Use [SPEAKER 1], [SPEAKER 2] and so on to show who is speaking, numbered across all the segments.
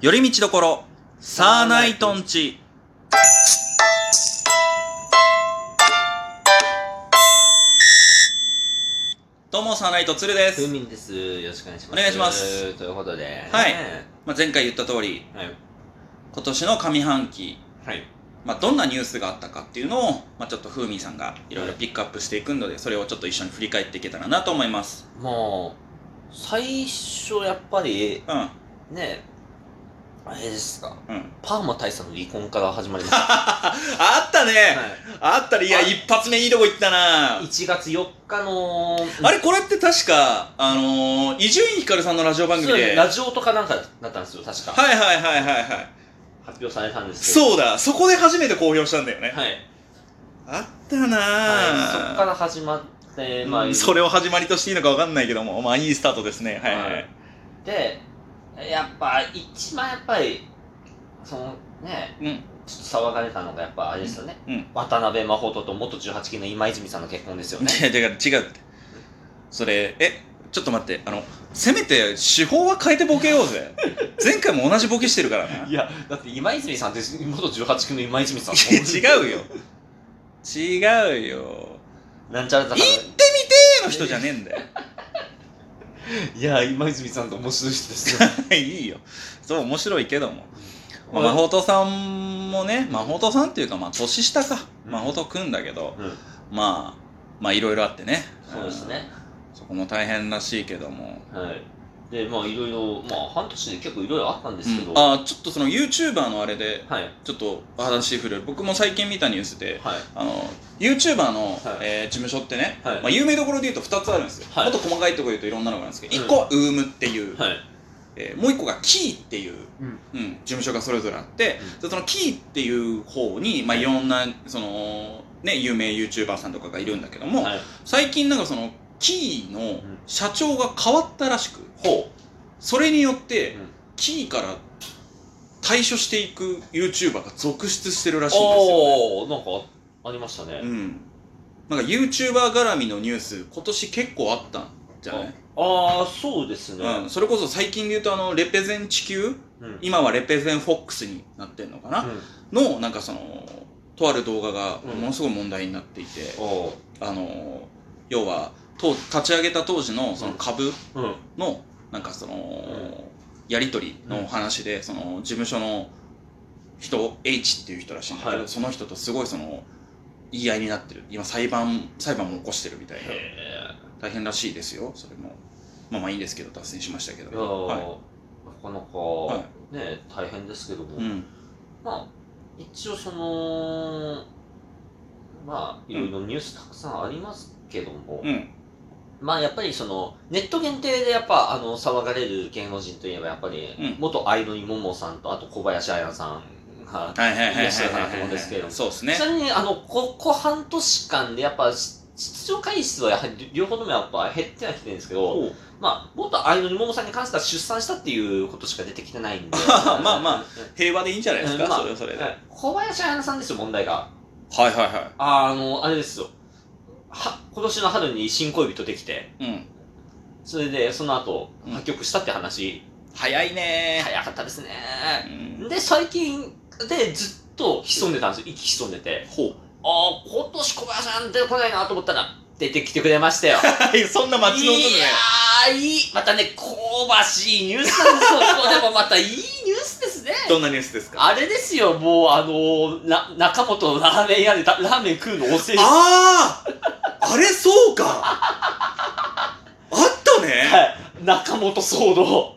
[SPEAKER 1] 寄り道どころ、サーナイトンチ。どうも、サーナイトツルで
[SPEAKER 2] ふ
[SPEAKER 1] す
[SPEAKER 2] う。みんです。よろしくお願いします。
[SPEAKER 1] お願いします。
[SPEAKER 2] ということで。
[SPEAKER 1] はいまあ、前回言った通り、
[SPEAKER 2] はい。
[SPEAKER 1] 今年の上半期、
[SPEAKER 2] はい。
[SPEAKER 1] まあ、どんなニュースがあったかっていうのを、まあ、ちょっとふうみんさんがいろいろピックアップしていくので、それをちょっと一緒に振り返っていけたらなと思います。
[SPEAKER 2] もう、最初やっぱり、
[SPEAKER 1] うん、うん。
[SPEAKER 2] ね、あれですか。
[SPEAKER 1] あ
[SPEAKER 2] パーマ大佐の離婚から始まりました。
[SPEAKER 1] ったね、
[SPEAKER 2] は
[SPEAKER 1] あったね。いや、
[SPEAKER 2] あ、
[SPEAKER 1] 一発目いいとこ行ったない
[SPEAKER 2] 1月4日の、
[SPEAKER 1] あれこれって確か、あのー、伊集院光さんのラジオ番組
[SPEAKER 2] そうです
[SPEAKER 1] で。
[SPEAKER 2] ねラジオとかなんかだったんですよ、確か。
[SPEAKER 1] はいはいはいはいはい。
[SPEAKER 2] 発表されたんですけど。
[SPEAKER 1] そうだ、そこで初めて公表したんだよね。
[SPEAKER 2] はい。
[SPEAKER 1] あったなぁ、
[SPEAKER 2] はいそこから始まって、ま
[SPEAKER 1] う
[SPEAKER 2] あ、
[SPEAKER 1] んそれを始まりとしていいのかわかんないけども、まあいいスタートですね。はいはい。
[SPEAKER 2] はいで、やっぱ、一番やっぱり、そのね、
[SPEAKER 1] うん。
[SPEAKER 2] ちょっと騒がれたのが、やっぱあれですよね。
[SPEAKER 1] うん。
[SPEAKER 2] 渡辺真帆と元18期の今泉さんの結婚で すよね。
[SPEAKER 1] いや、だから違うって。それ、え、ちょっと待って、あの、せめて手法は変えてボケようぜ。前回も同じボケしてるからな。いや、
[SPEAKER 2] や、だって今泉さんって元18期の今泉さん。
[SPEAKER 1] 違うよ。違うよ。
[SPEAKER 2] なんちゃらだ
[SPEAKER 1] 行ってみてーの人じゃねえんだよ。
[SPEAKER 2] いや、今泉さんと面白い人ですよ。
[SPEAKER 1] いいよ。そう、面白いけども。 ま
[SPEAKER 2] う
[SPEAKER 1] あ、真
[SPEAKER 2] ん
[SPEAKER 1] 帆とさんもね、真帆とさんっていうか、まあ、年下か。真帆とくんだけど、
[SPEAKER 2] うん、
[SPEAKER 1] まあ、まあ、いろいろあってね。
[SPEAKER 2] そうですね。
[SPEAKER 1] うん。そこも大変らしいけども。
[SPEAKER 2] はい。で、まあいろいろ、まあ半年で結構いろいろあったんですけど、
[SPEAKER 1] うんあ、ちょっとその YouTuber のあれで、
[SPEAKER 2] はい、
[SPEAKER 1] ちょっと話振る。僕も最近見たニュースで、
[SPEAKER 2] はい、
[SPEAKER 1] あの、YouTuber の、
[SPEAKER 2] はい
[SPEAKER 1] えー事務所ってね、
[SPEAKER 2] はい
[SPEAKER 1] まあ、有名どころで言うと2つあるんですよ。
[SPEAKER 2] は
[SPEAKER 1] も
[SPEAKER 2] い
[SPEAKER 1] っと細かいところで言うといろんなのがあるんですけど、
[SPEAKER 2] う
[SPEAKER 1] 1
[SPEAKER 2] ん
[SPEAKER 1] 個は UM っていう、
[SPEAKER 2] はい。
[SPEAKER 1] えーもう1個が Key っていう、
[SPEAKER 2] うん
[SPEAKER 1] うん、事務所がそれぞれあって、
[SPEAKER 2] うん
[SPEAKER 1] でそのキーっていう方に、まあ、いろんなその、ね、有名 YouTuber さんとかがいるんだけども、
[SPEAKER 2] はい。
[SPEAKER 1] 最近なんかそのキーの
[SPEAKER 2] ん
[SPEAKER 1] 社長が変わったらしく、
[SPEAKER 2] ほ
[SPEAKER 1] それによって、
[SPEAKER 2] うん
[SPEAKER 1] キーから対処していく YouTuber が続出してるらしいんですよ、ね
[SPEAKER 2] おー、なんかありましたね。
[SPEAKER 1] うん、なんか YouTuber 絡みのニュース今年結構あったんじゃない
[SPEAKER 2] ああ、そうですね。
[SPEAKER 1] うん、それこそ最近で言うとあのレペゼン地球
[SPEAKER 2] うん。うん。
[SPEAKER 1] 今はレペゼンフォックスになってんのかな、のなんかそのとある動画が
[SPEAKER 2] うん
[SPEAKER 1] ものすごい問題になっていて、
[SPEAKER 2] おー
[SPEAKER 1] あの要は当立ち上げた当時のその株
[SPEAKER 2] うん。
[SPEAKER 1] のなんかその、
[SPEAKER 2] ん
[SPEAKER 1] やり取り
[SPEAKER 2] う
[SPEAKER 1] の
[SPEAKER 2] ん
[SPEAKER 1] 話で、その事務所の人 H っていう人らしいんだけど、
[SPEAKER 2] はい
[SPEAKER 1] その人とすごいその言い合いになってる今裁判裁判も起こしてるみたいな
[SPEAKER 2] へ
[SPEAKER 1] 大変らしいですよそれもまあまあいいんですけど脱線しましたけ
[SPEAKER 2] え。いやー、
[SPEAKER 1] どはい
[SPEAKER 2] なかなか、
[SPEAKER 1] い
[SPEAKER 2] ね、大変ですけども。
[SPEAKER 1] うん
[SPEAKER 2] まあ、一応その、まあ、いろいろニュースたくさんありますけども、
[SPEAKER 1] うん
[SPEAKER 2] まあやっぱりその、ネット限定でやっぱ、あの、騒がれる芸能人といえばやっぱり、
[SPEAKER 1] うん
[SPEAKER 2] 元アイドルモモさんと、あと小林彩さんが、
[SPEAKER 1] はいはいはいはい
[SPEAKER 2] い
[SPEAKER 1] は
[SPEAKER 2] らっしゃるかなと思うんですけ
[SPEAKER 1] い
[SPEAKER 2] れ
[SPEAKER 1] はい
[SPEAKER 2] ども
[SPEAKER 1] そうですね
[SPEAKER 2] ちなみに、あの、ここ半年間でやっぱ、し出場回数はやはり両方ともやっぱ減ってはきてるんですけど、
[SPEAKER 1] おう。
[SPEAKER 2] まあ、元アイドルモモさんに関しては出産したっていうことしか出てきてないんで
[SPEAKER 1] まあまあ平和でいいんじゃないですか、
[SPEAKER 2] うんまあ
[SPEAKER 1] それはそれで、
[SPEAKER 2] はい小林彩さんですよ、問題が。
[SPEAKER 1] はいはいは
[SPEAKER 2] あの、あれですよ。は、今年の春に新恋人できて、
[SPEAKER 1] い。うん。
[SPEAKER 2] それで、その後
[SPEAKER 1] うん、
[SPEAKER 2] 破局したって話、
[SPEAKER 1] 早いね
[SPEAKER 2] 早かったですね。
[SPEAKER 1] ー。うん。
[SPEAKER 2] で、最近でずっと潜んでたんですよ。息潜んでて。
[SPEAKER 1] ほう。
[SPEAKER 2] ああ、今年小林さん出てこないなと思ったら、出てきてくれましたよ。
[SPEAKER 1] はい、そんな街の音
[SPEAKER 2] い
[SPEAKER 1] じ
[SPEAKER 2] や
[SPEAKER 1] ゃ
[SPEAKER 2] ー、いい。またね、香ばしいニュースなんですよ。これもまたいいニュースですね。
[SPEAKER 1] どんなニュースですか
[SPEAKER 2] あれですよ、もう、あのーな、中本のラーメン屋でララーメン食うのおせいです
[SPEAKER 1] あああれそうかあったね
[SPEAKER 2] はい、中本騒動。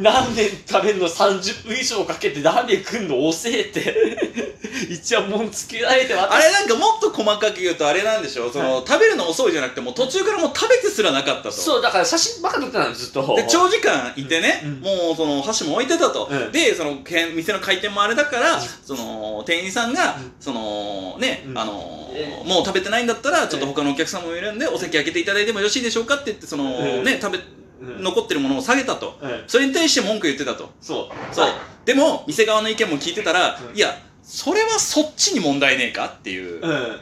[SPEAKER 2] 何年食べるの30分以上かけてラーメン食んの遅えって 一応もんつけられて私
[SPEAKER 1] あれなんかもっと細かく言うとあれなんでしょその、食べるの遅いじゃなくてもう途中からもう食べてすらなかったと。
[SPEAKER 2] そうだから写真ばっか撮ってたのよずっと
[SPEAKER 1] で長時間いてね、
[SPEAKER 2] うん
[SPEAKER 1] もうその箸も置いてたと、
[SPEAKER 2] うん
[SPEAKER 1] でそのけん店の開店もあれだから、
[SPEAKER 2] うん
[SPEAKER 1] その店員さんが、
[SPEAKER 2] うん
[SPEAKER 1] そのね、
[SPEAKER 2] うん
[SPEAKER 1] あの
[SPEAKER 2] え
[SPEAKER 1] もう食べてないんだったらちょっと
[SPEAKER 2] え
[SPEAKER 1] 他のお客さんもいるんで、お席開けていただいてもよろしいでしょうかって言ってその、
[SPEAKER 2] ええ
[SPEAKER 1] ね食べ
[SPEAKER 2] うん
[SPEAKER 1] 残ってるものを下げたと
[SPEAKER 2] うん
[SPEAKER 1] それに対して文句言ってたと
[SPEAKER 2] そう
[SPEAKER 1] そうでも店側の意見も聞いてたら、
[SPEAKER 2] うん
[SPEAKER 1] いやそれはそっちに問題ねえかっていう、
[SPEAKER 2] うん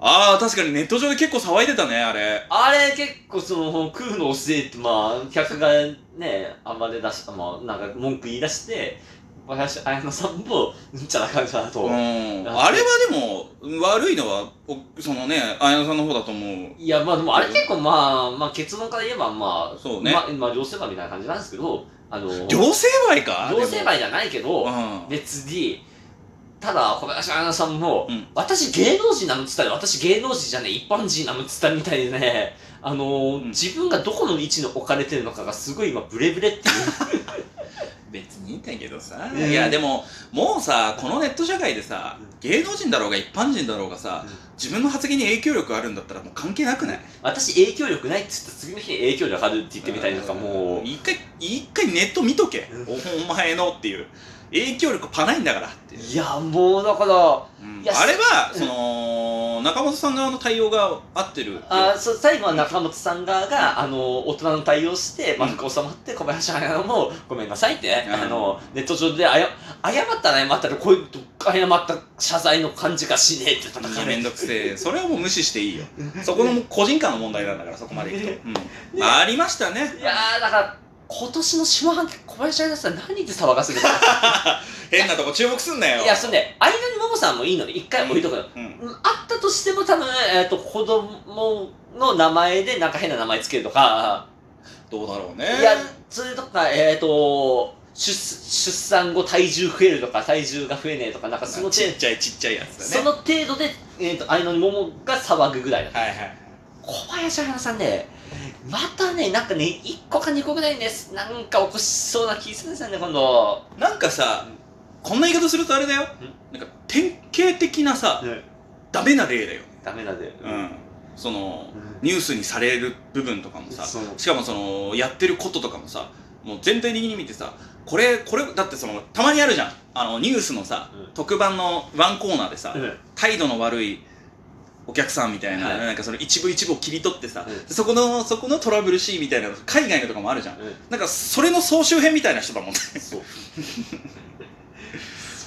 [SPEAKER 1] ああ、確かにネット上で結構騒いでたね、あれ。
[SPEAKER 2] あれ結構その、食うの遅えって、まあ、客がね、暴れ出した、まあ、なんか文句言い出して、私、綾乃さんも、うんちゃな感じだなと。
[SPEAKER 1] うん。
[SPEAKER 2] あ
[SPEAKER 1] あれはでも、悪いのは、おそのね、綾野さんの方だと思う。
[SPEAKER 2] いや、まあでも、あれ結構まあ、まあ結論から言えば、まあ、
[SPEAKER 1] そうね
[SPEAKER 2] まあ、まあ、両成敗みたいな感じなんですけど、あの、
[SPEAKER 1] 両成敗か
[SPEAKER 2] 両成敗じゃないけ
[SPEAKER 1] で
[SPEAKER 2] ど、
[SPEAKER 1] もうん。
[SPEAKER 2] 別に、ただ、小林彩奈さんも、
[SPEAKER 1] うん
[SPEAKER 2] 私芸能人なのっつったら、私芸能人じゃねえ、一般人なのっつったみたいでね、あのー
[SPEAKER 1] うん
[SPEAKER 2] 自分がどこの位置に置かれてるのかがすごい今、ブレ ブレっていう。
[SPEAKER 1] 別にいいんだけどさ。
[SPEAKER 2] うん
[SPEAKER 1] いや、でも、もうさ、このネット社会でさ
[SPEAKER 2] うん、
[SPEAKER 1] 芸能人だろうが一般人だろうがさ
[SPEAKER 2] うん、
[SPEAKER 1] 自分の発言に影響力あるんだったらもう関係なくない
[SPEAKER 2] 私影響力ないっつったら次の日に影響力あるって言ってみたりとか、もう、
[SPEAKER 1] 一回、一回ネット見とけ
[SPEAKER 2] う。
[SPEAKER 1] おお前のっていう。影響力パないんだからっていう。
[SPEAKER 2] いや、もうだから、
[SPEAKER 1] うん
[SPEAKER 2] いや
[SPEAKER 1] あれは、
[SPEAKER 2] うん
[SPEAKER 1] その、中本さん側の対応が合ってる。
[SPEAKER 2] あーそう最後は中本さん側が、あのー大人の対応して、丸く収まって、小林彩乃も、ごめんなさいって、
[SPEAKER 1] うん
[SPEAKER 2] あのーネット上であや、謝ったら謝ったら、こういう謝った謝罪の感じがしねえって叩か
[SPEAKER 1] め
[SPEAKER 2] れ
[SPEAKER 1] ん
[SPEAKER 2] る。
[SPEAKER 1] どくせえ。それはもう無視していいよ。そこのもう個人間の問題なんだから、そこまでいくと。うんありましたね。
[SPEAKER 2] いやー、だから、今年の下半期、小林彩乃さん何で騒がせるか。
[SPEAKER 1] 変なとこ注目すんなよ。
[SPEAKER 2] いや、そんで、相田にももさんもいいので、一回置いとくの。
[SPEAKER 1] うん。
[SPEAKER 2] うんあったとしても多分、えっと子供の名前でなんか変な名前つけるとか、
[SPEAKER 1] どうだろうね。
[SPEAKER 2] いやそれとか、えっと出出産後体重増えるとか体重が増えねえとかなんかその程
[SPEAKER 1] ち
[SPEAKER 2] 度
[SPEAKER 1] っちゃいちっちゃいやつ
[SPEAKER 2] そ
[SPEAKER 1] だね。
[SPEAKER 2] の程度で、えっとあいのにももが騒ぐぐらいだ
[SPEAKER 1] はいはい。
[SPEAKER 2] 小林原さんねまたねなんかね1個か2個ぐらいねなんか起こしそうな気するんですよね今度
[SPEAKER 1] なんかさ、こんな言い方するとあれだよ。なんか典型的なさ、ダメな例だよ。
[SPEAKER 2] ダメなんで、
[SPEAKER 1] うん。その、
[SPEAKER 2] う
[SPEAKER 1] ニュースにされる部分とかも
[SPEAKER 2] ん、
[SPEAKER 1] さ、
[SPEAKER 2] そう
[SPEAKER 1] しかもそのやってることとかもさもう全体的に見てさこれこれだってそのたまにあるじゃんあのニュースのさ、
[SPEAKER 2] うん
[SPEAKER 1] 特番のワンコーナーでさ、
[SPEAKER 2] うん
[SPEAKER 1] 態度の悪いお客さんみたいな、
[SPEAKER 2] はい
[SPEAKER 1] なんかその一部一部を切り取ってさ、
[SPEAKER 2] う
[SPEAKER 1] そこのそこのトラブルシーンみたいなの海外のとかもあるじゃん
[SPEAKER 2] うん
[SPEAKER 1] なんかそれの総集編みたいな人だもんね
[SPEAKER 2] そう。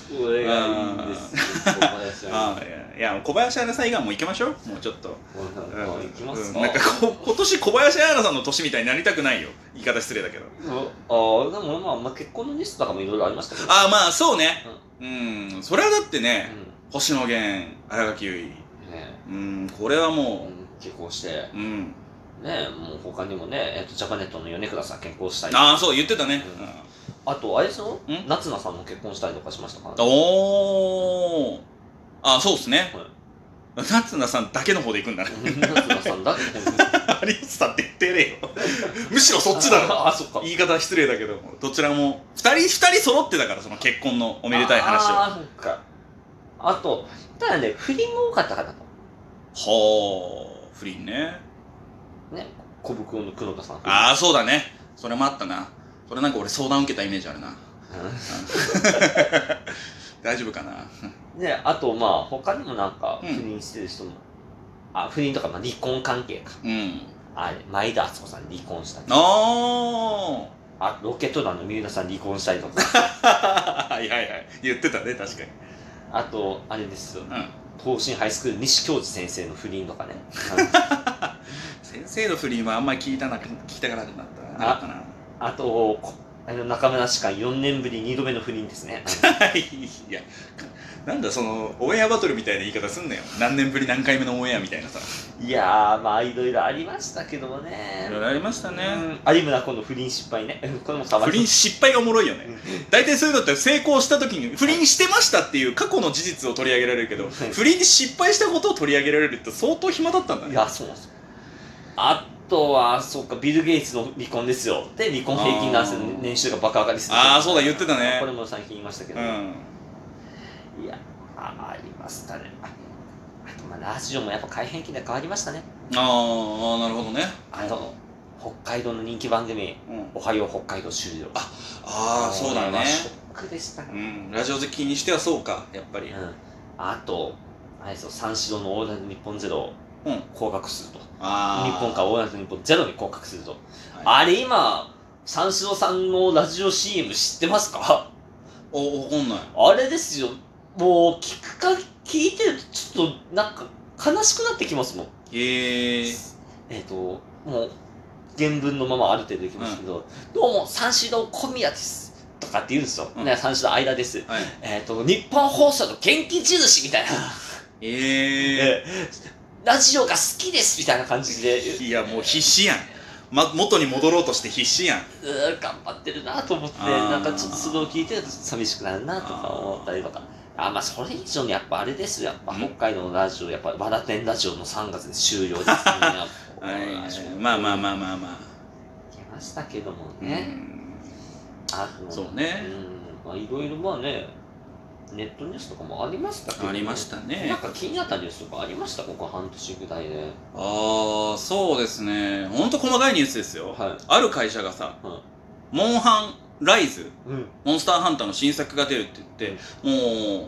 [SPEAKER 2] それがいいんですよ。小林さん。
[SPEAKER 1] ああいやいや小林アナさん以外はもう行きましょうもうちょっと、
[SPEAKER 2] 小林さん
[SPEAKER 1] うん
[SPEAKER 2] まあ行きますか。
[SPEAKER 1] うんなんかこ今年小林アナさんの年みたいになりたくないよ言い方失礼だけど
[SPEAKER 2] ああ、でもまあ、まあ、結婚のニュースとかもいろいろありましたけど。
[SPEAKER 1] ああまあそうねうん、それはだってね、
[SPEAKER 2] う
[SPEAKER 1] 星野源新垣結
[SPEAKER 2] ん。ね
[SPEAKER 1] 衣うんこれは
[SPEAKER 2] う
[SPEAKER 1] も
[SPEAKER 2] ん結婚して、
[SPEAKER 1] ううん
[SPEAKER 2] ねもう他にもね、えっと、ジャパネットの米倉さん結婚したり。
[SPEAKER 1] ああそう言ってたね、
[SPEAKER 2] う
[SPEAKER 1] うんん
[SPEAKER 2] あと、あれでしょ
[SPEAKER 1] ん
[SPEAKER 2] 夏菜さんも結婚したりとかしましたからね。
[SPEAKER 1] おーああそうっすね
[SPEAKER 2] はい
[SPEAKER 1] 夏菜さんだけの方で行くんだね
[SPEAKER 2] 夏菜さんだけ
[SPEAKER 1] 有吉さんって言ってねえよ むしろ そっちだろ
[SPEAKER 2] ああ、そっか。
[SPEAKER 1] 言い方は失礼だけどもどちらも2人二人揃ってだからその結婚のおめでたい話
[SPEAKER 2] あ
[SPEAKER 1] は
[SPEAKER 2] あ、そっか。あと、ただね、不倫も多かったかなと。
[SPEAKER 1] ほう不倫ね
[SPEAKER 2] ね。小袋の黒田さん。
[SPEAKER 1] ああそうだねそれもあったなそれなんか俺相談受けたイメージあるな
[SPEAKER 2] うん
[SPEAKER 1] 大丈夫かな
[SPEAKER 2] ね、あとまあ他にもなんか
[SPEAKER 1] う
[SPEAKER 2] 不
[SPEAKER 1] ん
[SPEAKER 2] 倫してる人も、あ不倫とかまあ離婚関係か
[SPEAKER 1] うん
[SPEAKER 2] あれ前田敦子さん離婚したり
[SPEAKER 1] あ
[SPEAKER 2] あロケット団の三浦さん離婚したりと か
[SPEAKER 1] あ はいはいはい言ってたね確かに
[SPEAKER 2] あとあれですよ
[SPEAKER 1] うん
[SPEAKER 2] 東進ハイスクール西教授先生の不倫と かね
[SPEAKER 1] 先生の不倫はあんまり聞いたな聞きたくなくなったななかったな
[SPEAKER 2] あとこあの中村士官4年ぶり2度目の不倫ですね
[SPEAKER 1] はいいやなんだそのオンエアバトルみたいな言い方すんなよ何年ぶり何回目のオンエアみたいなさ
[SPEAKER 2] いやーまあいろいろありましたけどもね
[SPEAKER 1] いろいろありましたね
[SPEAKER 2] うん有村今度不倫失敗ね これも騒
[SPEAKER 1] 不倫失敗がおもろいよね
[SPEAKER 2] うん
[SPEAKER 1] 大体そういうのって成功した時に不倫してましたっていう過去の事実を取り上げられるけど
[SPEAKER 2] はい
[SPEAKER 1] 不倫に失敗したことを取り上げられるって相当暇だったんだ
[SPEAKER 2] い
[SPEAKER 1] ね
[SPEAKER 2] や、そうなんですよ。あとは、そうか、ビル・ゲイツの離婚ですよ。で、離婚平均男性の
[SPEAKER 1] あー
[SPEAKER 2] 年収がバカ上がりする。
[SPEAKER 1] あーそうだ言ってたね
[SPEAKER 2] これも最近言いましたけ
[SPEAKER 1] う
[SPEAKER 2] ど。
[SPEAKER 1] ん
[SPEAKER 2] いや、あありましたね。ああと、まあ、ラジオもやっぱ改変期で変わりましたね。
[SPEAKER 1] あーあーなるほどね
[SPEAKER 2] あの、北海道の人気番組、
[SPEAKER 1] うん
[SPEAKER 2] おはよう北海道終了。
[SPEAKER 1] あああそうだ
[SPEAKER 2] これは
[SPEAKER 1] ね
[SPEAKER 2] ショックでしたね。
[SPEAKER 1] うんラジオ好きにしてはそうかやっぱり
[SPEAKER 2] うん。あと、あれですよ、三四郎のオールナイトニッポンゼロ、
[SPEAKER 1] うん
[SPEAKER 2] 降格すると。
[SPEAKER 1] あー
[SPEAKER 2] 日本からオールナイトニッポンゼロに降格すると。
[SPEAKER 1] はい
[SPEAKER 2] あれ今、三四郎さんのラジオ CM 知ってますか
[SPEAKER 1] おわかんない
[SPEAKER 2] あれですよ。もう、聞くか、聞いてると、ちょっと、なんか、悲しくなってきますもん。
[SPEAKER 1] へえ
[SPEAKER 2] えっ、と、もう、原文のままある程度いきますけど、どうも、三四郎小宮です。とかって言うんですよ。
[SPEAKER 1] うん
[SPEAKER 2] ね、三四郎間です。
[SPEAKER 1] はい
[SPEAKER 2] えっ、と、日本放送の元気印みたいな。
[SPEAKER 1] え
[SPEAKER 2] えーラジオが好きですみたいな感じで、
[SPEAKER 1] えいやもう必死やん、ま、元に戻ろうとして必死やん
[SPEAKER 2] うー頑張ってるなと思って、
[SPEAKER 1] あー
[SPEAKER 2] なんかちょっとそれを聞いてると寂しくなるなとか思ったりとか。あーまあ、それ以上にやっぱあれですよ。やっぱ
[SPEAKER 1] ん
[SPEAKER 2] 北海道のラジオ、やっぱ、和田天ラジオの3月で終了 ですね。やっぱ
[SPEAKER 1] はいまあまあまあまあま
[SPEAKER 2] 来ましたけども
[SPEAKER 1] あ、
[SPEAKER 2] ね。
[SPEAKER 1] うん
[SPEAKER 2] あの
[SPEAKER 1] そうね
[SPEAKER 2] うん。まあ、いろいろまあね、ネットニュースとかもありましたけど、
[SPEAKER 1] ありました
[SPEAKER 2] なん
[SPEAKER 1] ね
[SPEAKER 2] か気になったニュースとかありましたここ半年ぐらいで。
[SPEAKER 1] ああそうですねほんと細かいニュースですよ、
[SPEAKER 2] はい
[SPEAKER 1] ある会社がさ、
[SPEAKER 2] は
[SPEAKER 1] モンハンライズ
[SPEAKER 2] うん。
[SPEAKER 1] モンスターハンターの新作が出るって言って、もう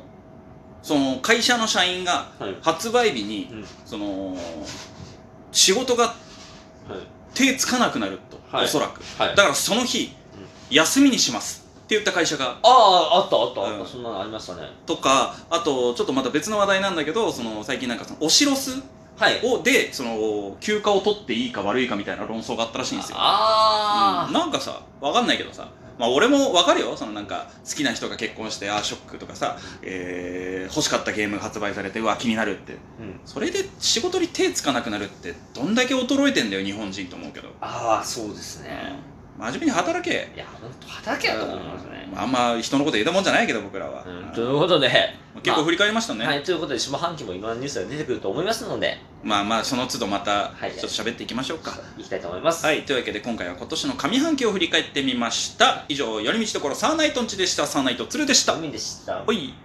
[SPEAKER 1] その会社の社員が
[SPEAKER 2] はい。
[SPEAKER 1] 発売日に、
[SPEAKER 2] うん
[SPEAKER 1] その仕事が
[SPEAKER 2] はい。
[SPEAKER 1] 手つかなくなると、
[SPEAKER 2] はい
[SPEAKER 1] おそらく
[SPEAKER 2] はい
[SPEAKER 1] だ。からその日、休みにしますって言った会社が
[SPEAKER 2] ああ、あったあったあった、
[SPEAKER 1] うん
[SPEAKER 2] そんなのありましたね。
[SPEAKER 1] とかあとちょっとまた別の話題なんだけどその最近なんかそのおシロス
[SPEAKER 2] はい。
[SPEAKER 1] をでその休暇を取っていいか悪いかみたいな論争があったらしいんですよ
[SPEAKER 2] あ
[SPEAKER 1] うんなんかさわかんないけどさまあ俺もわかるよそのなんか好きな人が結婚してあーショックとかさ、えー欲しかったゲームが発売されてうわ気になるって
[SPEAKER 2] ー、うん、
[SPEAKER 1] それで仕事に手つかなくなるってどんだけ衰えてんだよ日本人と思うけど、
[SPEAKER 2] ああ、そうですね。
[SPEAKER 1] うん真面目に働け
[SPEAKER 2] いや、本当畑やと思いますね。
[SPEAKER 1] あんま人のこと言えたもんじゃないけど僕らは、
[SPEAKER 2] う、
[SPEAKER 1] うんん
[SPEAKER 2] ということで、
[SPEAKER 1] 結構振り返りましたね、
[SPEAKER 2] はい、ということで、下半期もいろんなニュースが出てくると思いますので、
[SPEAKER 1] まあまあその都度また
[SPEAKER 2] はい
[SPEAKER 1] ちょっと喋っていきましょうかはい、
[SPEAKER 2] いきたいと思います。
[SPEAKER 1] というわけで今回は今年の上半期を振り返ってみました以上寄り道ところサーナイトンチでしたサーナイトツルでした
[SPEAKER 2] ダミンでした。
[SPEAKER 1] ほい